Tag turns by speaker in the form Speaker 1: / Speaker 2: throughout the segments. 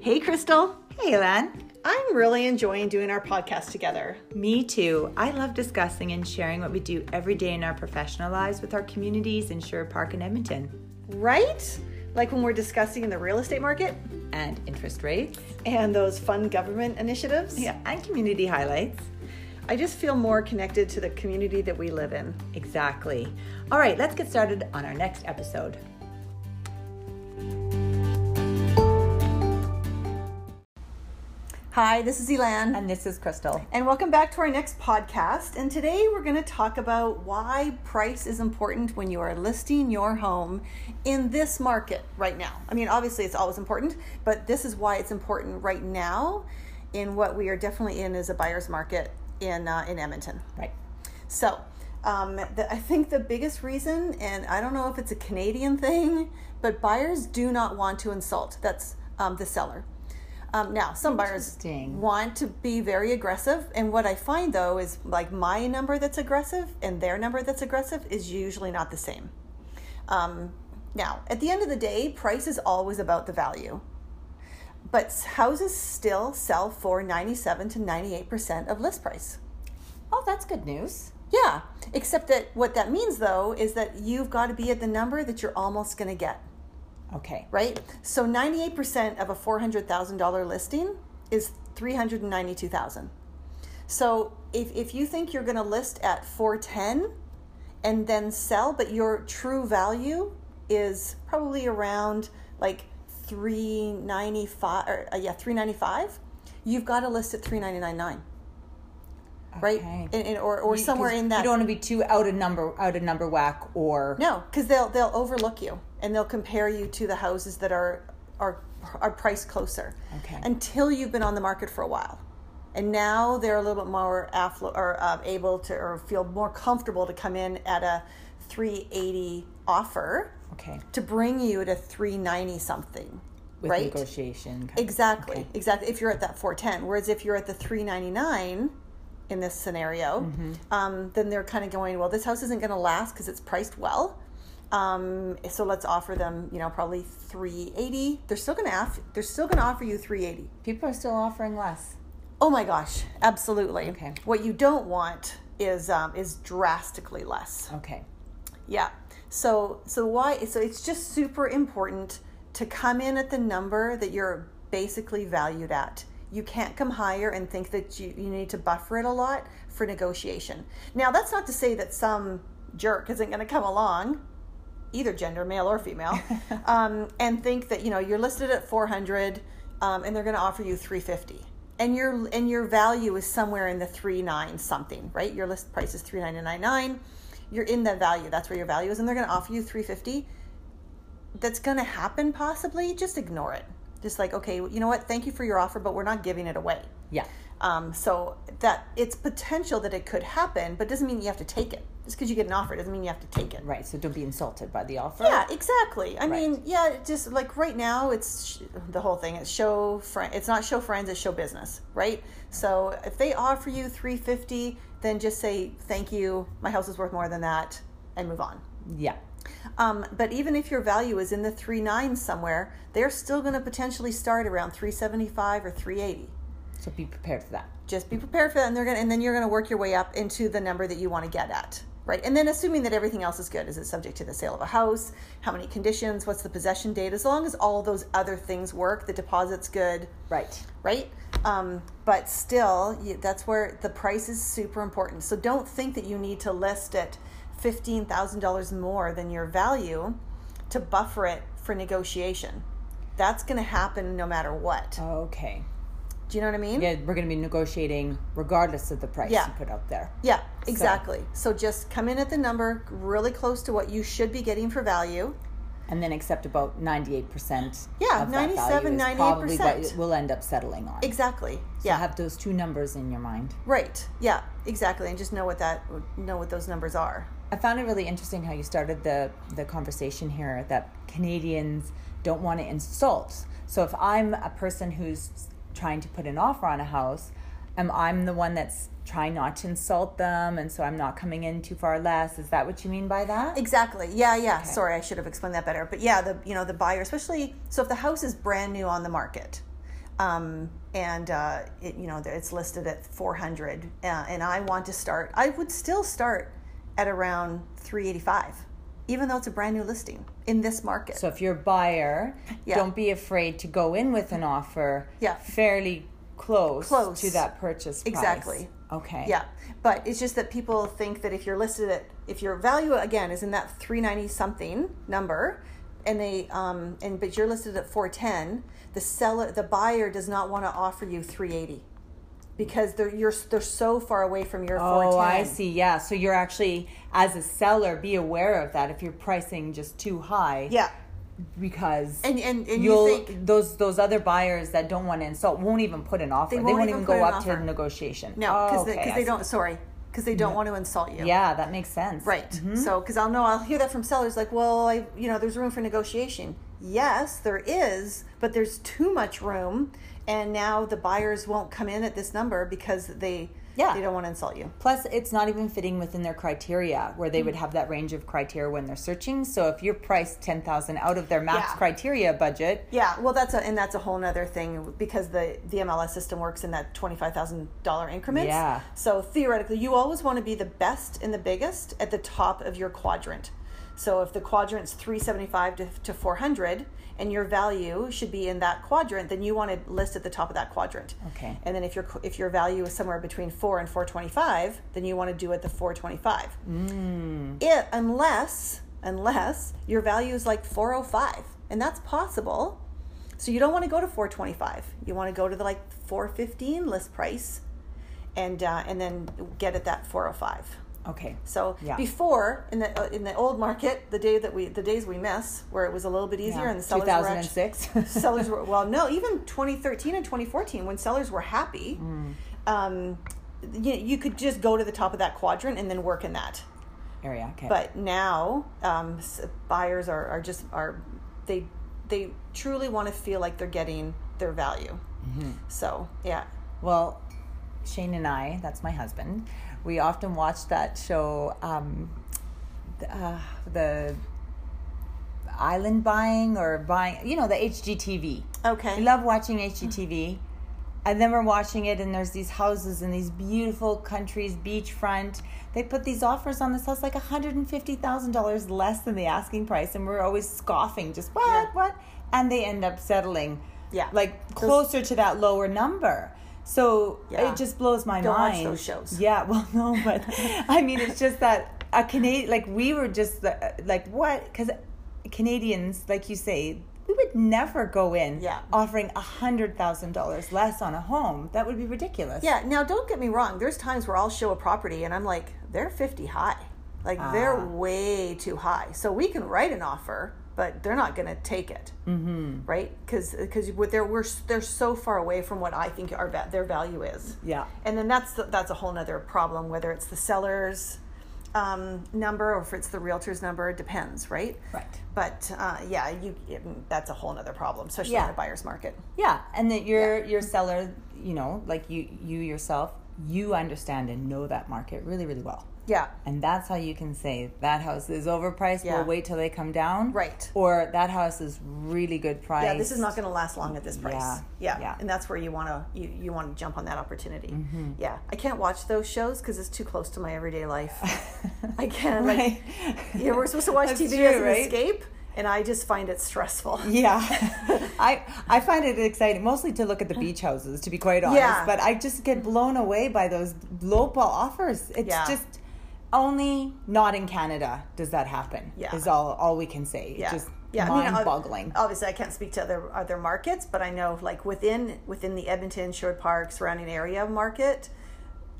Speaker 1: Hey, Crystal.
Speaker 2: Hey, Elan.
Speaker 1: I'm really enjoying doing our podcast together.
Speaker 2: Me too. I love discussing and sharing what we do every day in our professional lives with our communities in Sure Park and Edmonton.
Speaker 1: Right? Like when we're discussing the real estate market
Speaker 2: And interest rates.
Speaker 1: and those fun government initiatives.
Speaker 2: Yeah, and community highlights.
Speaker 1: I just feel more connected to the community that we live in.
Speaker 2: Exactly. All right, let's get started on our next episode.
Speaker 1: Hi, this is Elan.
Speaker 2: And this is Crystal.
Speaker 1: And welcome back to our next podcast. And today we're going to talk about why price is important when you are listing your home in this market right now. I mean, obviously it's always important, but this is why it's important right now in what we are definitely in as a buyer's market in uh, in Edmonton.
Speaker 2: Right.
Speaker 1: So, um, the, I think the biggest reason, and I don't know if it's a Canadian thing, but buyers do not want to insult. That's um, the seller. Um, now, some buyers
Speaker 2: Interesting.
Speaker 1: want to be very aggressive, and what I find though is like my number that's aggressive and their number that's aggressive is usually not the same. Um, now, at the end of the day, price is always about the value. But s- houses still sell for 97 to 98% of list price.
Speaker 2: Oh, that's good news.
Speaker 1: Yeah, except that what that means though is that you've got to be at the number that you're almost going to get,
Speaker 2: Okay.
Speaker 1: right? So 98% of a $400,000 listing is 392,000. So if if you think you're going to list at 410 and then sell but your true value is probably around like 395 or uh, yeah, 395, you've got to list at 3999. Right,
Speaker 2: Okay.
Speaker 1: and, and, or, or
Speaker 2: You-
Speaker 1: somewhere
Speaker 2: 'cause
Speaker 1: in that.
Speaker 2: You don't want to be too out of number, out of number whack, or
Speaker 1: No, because they'll they'll overlook you and they'll compare you to the houses that are are are priced closer.
Speaker 2: Okay.
Speaker 1: Until you've been on the market for a while, and now they're a little bit more affluent or um, able to or feel more comfortable to come in at a three eighty offer
Speaker 2: okay,
Speaker 1: to bring you to three ninety something.
Speaker 2: with
Speaker 1: right.
Speaker 2: negotiation. kind of-
Speaker 1: Exactly.
Speaker 2: Okay.
Speaker 1: Exactly. If you're at that 410, whereas if you're at the 399 in this scenario,
Speaker 2: Mm-hmm.
Speaker 1: um, then they're kind of going, well, this house isn't going to last because it's priced well. Um, so let's offer them, you know, probably 380. They're still going to ask, they're still going to offer you 380.
Speaker 2: People are still offering less.
Speaker 1: Oh my gosh, absolutely.
Speaker 2: Okay.
Speaker 1: What you don't want is um, is drastically less.
Speaker 2: Okay.
Speaker 1: Yeah. So so why so it's just super important to come in at the number that you're basically valued at. You can't come higher and think that you, you need to buffer it a lot for negotiation. Now that's not to say that some jerk isn't gonna come along, either gender, male or female, um, and think that, you know, you're listed at four hundred um, and they're gonna offer you three fifty. And your and your value is somewhere in the three nine something, right? Your list price is three ninety nine nine you're in that value. That's where your value is, and they're going to offer you three fifty. That's going to happen possibly. Just ignore it. Just like okay, you know what? Thank you for your offer, but we're not giving it away.
Speaker 2: Yeah.
Speaker 1: Um, so that it's potential that it could happen, but doesn't mean you have to take it. Just because you get an offer doesn't mean you have to take it.
Speaker 2: Right. So don't be insulted by the offer.
Speaker 1: Yeah, exactly. I
Speaker 2: Right.
Speaker 1: mean, yeah, it just like right now, it's sh- the whole thing. It's show friend. It's not show friends. It's show business, right? So if they offer you three fifty, then just say thank you. My house is worth more than that, and move on.
Speaker 2: Yeah.
Speaker 1: Um, but even if your value is in the three nine somewhere, they're still going to potentially start around three seventy five or three eighty.
Speaker 2: So be prepared for that.
Speaker 1: Just be prepared for that, and they're going to, and then you're going to work your way up into the number that you want to get at, right? And then assuming that everything else is good, is it subject to the sale of a house? How many conditions? What's the possession date? As long as all those other things work, the deposit's good,
Speaker 2: Right.
Speaker 1: right? Um, but still, you, that's where the price is super important. So don't think that you need to list at fifteen thousand dollars more than your value to buffer it for negotiation. That's going to happen no matter what.
Speaker 2: Okay.
Speaker 1: Do you know what I mean?
Speaker 2: Yeah, we're going to be negotiating regardless of the price
Speaker 1: Yeah.
Speaker 2: you put out there.
Speaker 1: Yeah, exactly. So just come in at the number really close to what you should be getting for value.
Speaker 2: And then accept about 98%.
Speaker 1: Yeah,
Speaker 2: of that value
Speaker 1: 97,
Speaker 2: is Probably what
Speaker 1: 98%.
Speaker 2: we'll end up settling on.
Speaker 1: Exactly.
Speaker 2: So
Speaker 1: Yeah.
Speaker 2: have those two numbers in your mind.
Speaker 1: right. Yeah, exactly. And just know what that know what those numbers are.
Speaker 2: I found it really interesting how you started the, the conversation here that Canadians don't want to insult. So if I'm a person who's trying to put an offer on a house, am I'm the one that's trying not to insult them and so I'm not coming in too far less. Is that what you mean by that?
Speaker 1: Exactly. Yeah, yeah. Sorry, I should have explained that better. But yeah, the you know, the buyer, especially so if the house is brand new on the market Um, and uh, it, you know, it's listed at 400. Uh, and I want to start, I would still start at around 385, even though it's a brand new listing in this market.
Speaker 2: So if you're a buyer,
Speaker 1: Yeah.
Speaker 2: don't be afraid to go in with an offer
Speaker 1: Yeah.
Speaker 2: fairly close,
Speaker 1: Close.
Speaker 2: to that purchase price.
Speaker 1: Exactly.
Speaker 2: Okay.
Speaker 1: Yeah, but it's just that people think that if you're listed at if your value again is in that 390 something number, and they um and but you're listed at 410, the seller the buyer does not want to offer you 380 because they're you're they're so far away from your
Speaker 2: Oh,
Speaker 1: 410.
Speaker 2: I see. Yeah. So you're actually, as a seller, be aware of that if you're pricing just too high.
Speaker 1: Yeah,
Speaker 2: Because
Speaker 1: and and and
Speaker 2: you'll
Speaker 1: you think
Speaker 2: those those other buyers that don't want to insult won't even put an offer. They
Speaker 1: won't
Speaker 2: won't,
Speaker 1: even
Speaker 2: even
Speaker 1: put
Speaker 2: go
Speaker 1: an
Speaker 2: up to
Speaker 1: offer.
Speaker 2: negotiation.
Speaker 1: no because
Speaker 2: Oh,
Speaker 1: they,
Speaker 2: okay,
Speaker 1: 'cause
Speaker 2: I
Speaker 1: they
Speaker 2: see.
Speaker 1: don't sorry because they don't want to insult you.
Speaker 2: Yeah, that makes sense.
Speaker 1: Right. So, because I'll know, I'll hear that from sellers like, well, I, you know, there's room for negotiation. Yes, there is, but there's too much room. And now the buyers won't come in at this number because they,
Speaker 2: Yeah.
Speaker 1: they don't want to insult you.
Speaker 2: Plus, it's not even fitting within their criteria, where they would
Speaker 1: Mm.
Speaker 2: have that range of criteria when they're searching. So, if you're priced ten thousand out of their max
Speaker 1: Yeah.
Speaker 2: criteria budget,
Speaker 1: Yeah. Well, that's a, and that's a whole nother thing because the, the MLS system works in that $25,000 increments.
Speaker 2: Yeah.
Speaker 1: So theoretically, you always want to be the best and the biggest at the top of your quadrant. So if the quadrant's 375 to, to 400 and your value should be in that quadrant, then you want to list at the top of that quadrant.
Speaker 2: Okay.
Speaker 1: And then if your if your value is somewhere between 4 and 425, then you want to do it the 425. It, unless unless your value is like 405, and that's possible. So you don't want to go to 425. You want to go to the like 415 list price and uh, and then get at that 405.
Speaker 2: okay,
Speaker 1: So
Speaker 2: Yeah.
Speaker 1: before in the uh, in the old market, the day that we the days we miss where it was a little bit easier and the
Speaker 2: two
Speaker 1: sellers were
Speaker 2: thousand and
Speaker 1: actually,
Speaker 2: six.
Speaker 1: sellers were well no even 2013 and 2014 when sellers were happy,
Speaker 2: Mm.
Speaker 1: um, you, you could just go to the top of that quadrant and then work in that.
Speaker 2: area. Okay,
Speaker 1: But now um, s- buyers are, are just are they they truly want to feel like they're getting their value.
Speaker 2: Mm-hmm.
Speaker 1: So yeah,
Speaker 2: Well, Shane and I, that's my husband, we often watch that show, um, the, uh, the Island Buying or Buying, you know, the HGTV.
Speaker 1: okay.
Speaker 2: I love watching HGTV. And then we're watching it, and there's these houses in these beautiful countries, beachfront. They put these offers on this house like $150,000 less than the asking price, and we're always scoffing, just what,
Speaker 1: Yeah.
Speaker 2: what? And they end up settling
Speaker 1: Yeah.
Speaker 2: like
Speaker 1: Those-
Speaker 2: closer to that lower number. So
Speaker 1: Yeah.
Speaker 2: it just blows my
Speaker 1: Don't watch
Speaker 2: mind.
Speaker 1: those shows.
Speaker 2: Yeah, well, no, but I mean, it's just that a Canadian, like we were just the, like what? Because Canadians, like you say, we would never go in
Speaker 1: Yeah.
Speaker 2: offering a hundred thousand dollars less on a home. That would be ridiculous.
Speaker 1: Yeah. Now, don't get me wrong. There's times where I'll show a property and I'm like, they're 50 high. Like they're
Speaker 2: Ah.
Speaker 1: way too high. So we can write an offer, but they're not going to take it. Mm-hmm. Right? Because because they're we're s- they're so far away from what I think our va- their value is.
Speaker 2: Yeah.
Speaker 1: And then that's the, that's a whole nother problem. Whether it's the seller's um, number or if it's the realtor's number, it depends, right?
Speaker 2: Right.
Speaker 1: But uh, yeah, you that's a whole nother problem, especially in
Speaker 2: Yeah.
Speaker 1: a buyer's market.
Speaker 2: Yeah, and that your your seller, you know, like you you yourself, you understand and know that market really really well.
Speaker 1: Yeah.
Speaker 2: And that's how you can say that house is overpriced.
Speaker 1: Yeah.
Speaker 2: We'll wait till they come down.
Speaker 1: Right.
Speaker 2: Or that house is really good price.
Speaker 1: Yeah, this is not going to last long at this price.
Speaker 2: Yeah,
Speaker 1: Yeah,
Speaker 2: yeah. Mm-hmm.
Speaker 1: and that's where you want to you, you want to jump on that opportunity. Yeah, I can't watch those shows because it's too close to my everyday life. I can't.
Speaker 2: right.
Speaker 1: Like, yeah, we're supposed to watch
Speaker 2: That's
Speaker 1: TV
Speaker 2: true,
Speaker 1: as an
Speaker 2: right?
Speaker 1: escape, and I just find it stressful.
Speaker 2: Yeah, I I find it exciting mostly to look at the beach houses, to be quite honest.
Speaker 1: Yeah.
Speaker 2: But I just get blown away by those lowball offers. It's
Speaker 1: Yeah.
Speaker 2: just only not in Canada does that happen.
Speaker 1: Yeah.
Speaker 2: Is all all we can say. It's
Speaker 1: Yeah,
Speaker 2: just
Speaker 1: yeah. I mean, uh, ob-
Speaker 2: mind boggling.
Speaker 1: obviously, I can't speak to other other markets, but I know like within within the Edmonton, Sherwood Park, surrounding area market,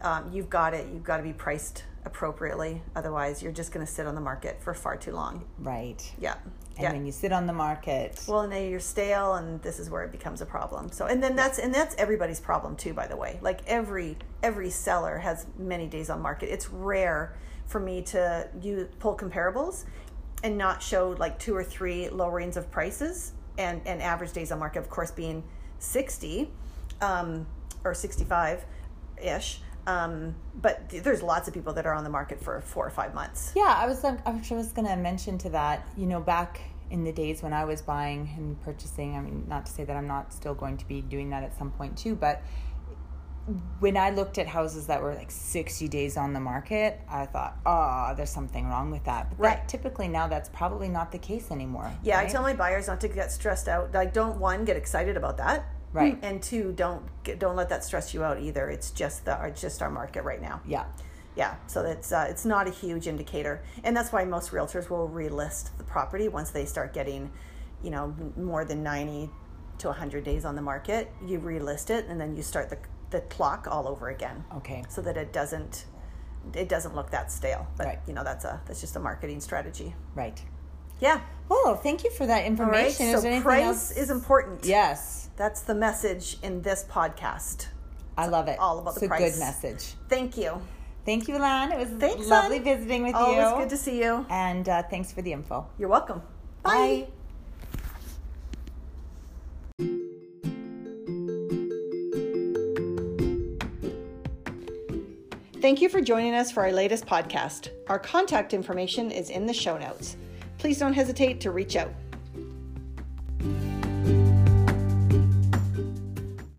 Speaker 1: um, you've got it. You've got to be priced appropriately. Otherwise, you're just going to sit on the market for far too long.
Speaker 2: right.
Speaker 1: Yeah.
Speaker 2: And
Speaker 1: yeah.
Speaker 2: when you sit on the market,
Speaker 1: Well, and then you're stale, and this is where it becomes a problem. So, and then that's and that's everybody's problem too, by the way. Like every every seller has many days on market. It's rare for me to you pull comparables and not show like two or three lowerings of prices and and average days on market, of course, being sixty um, or sixty five ish. Um, but th- there's lots of people that are on the market for four or five months.
Speaker 2: um, Yeah, I was. I'm sure I was going to mention to that. You know, back in the days when I was buying and purchasing. I mean, not to say that I'm not still going to be doing that at some point too, but when I looked at houses that were like 60 days on the market, I thought, oh, there's something wrong with that. But that-
Speaker 1: Right.
Speaker 2: typically now that's probably not the case anymore.
Speaker 1: Yeah, I
Speaker 2: right?
Speaker 1: tell my buyers not to get stressed out. Like, don't one get excited about that,
Speaker 2: Right.
Speaker 1: And two, don't get, don't let that stress you out either. It's just the it's just our market right now.
Speaker 2: Yeah.
Speaker 1: Yeah, so that's uh, it's not a huge indicator, and that's why most realtors will relist the property once they start getting, you know, m- more than ninety to hundred days on the market. You relist it, and then you start the the clock all over again,
Speaker 2: Okay.
Speaker 1: so that it doesn't it doesn't look that stale. But
Speaker 2: Right.
Speaker 1: you know, that's a that's just a marketing strategy.
Speaker 2: Right.
Speaker 1: Yeah.
Speaker 2: Well, thank you for that
Speaker 1: All right.
Speaker 2: information. is there
Speaker 1: so
Speaker 2: anything
Speaker 1: price
Speaker 2: else?
Speaker 1: is important.
Speaker 2: yes.
Speaker 1: That's the message in this podcast.
Speaker 2: I love it.
Speaker 1: all about the
Speaker 2: it's a
Speaker 1: price.
Speaker 2: good message.
Speaker 1: Thank you.
Speaker 2: Thank you, Lan. It was
Speaker 1: Thanks,
Speaker 2: lovely
Speaker 1: Lan.
Speaker 2: visiting with you.
Speaker 1: Always good to see you.
Speaker 2: and uh, thanks for the info.
Speaker 1: You're welcome.
Speaker 2: Bye.
Speaker 1: Thank you for joining us for our latest podcast. Our contact information is in the show notes. Please don't hesitate to reach out.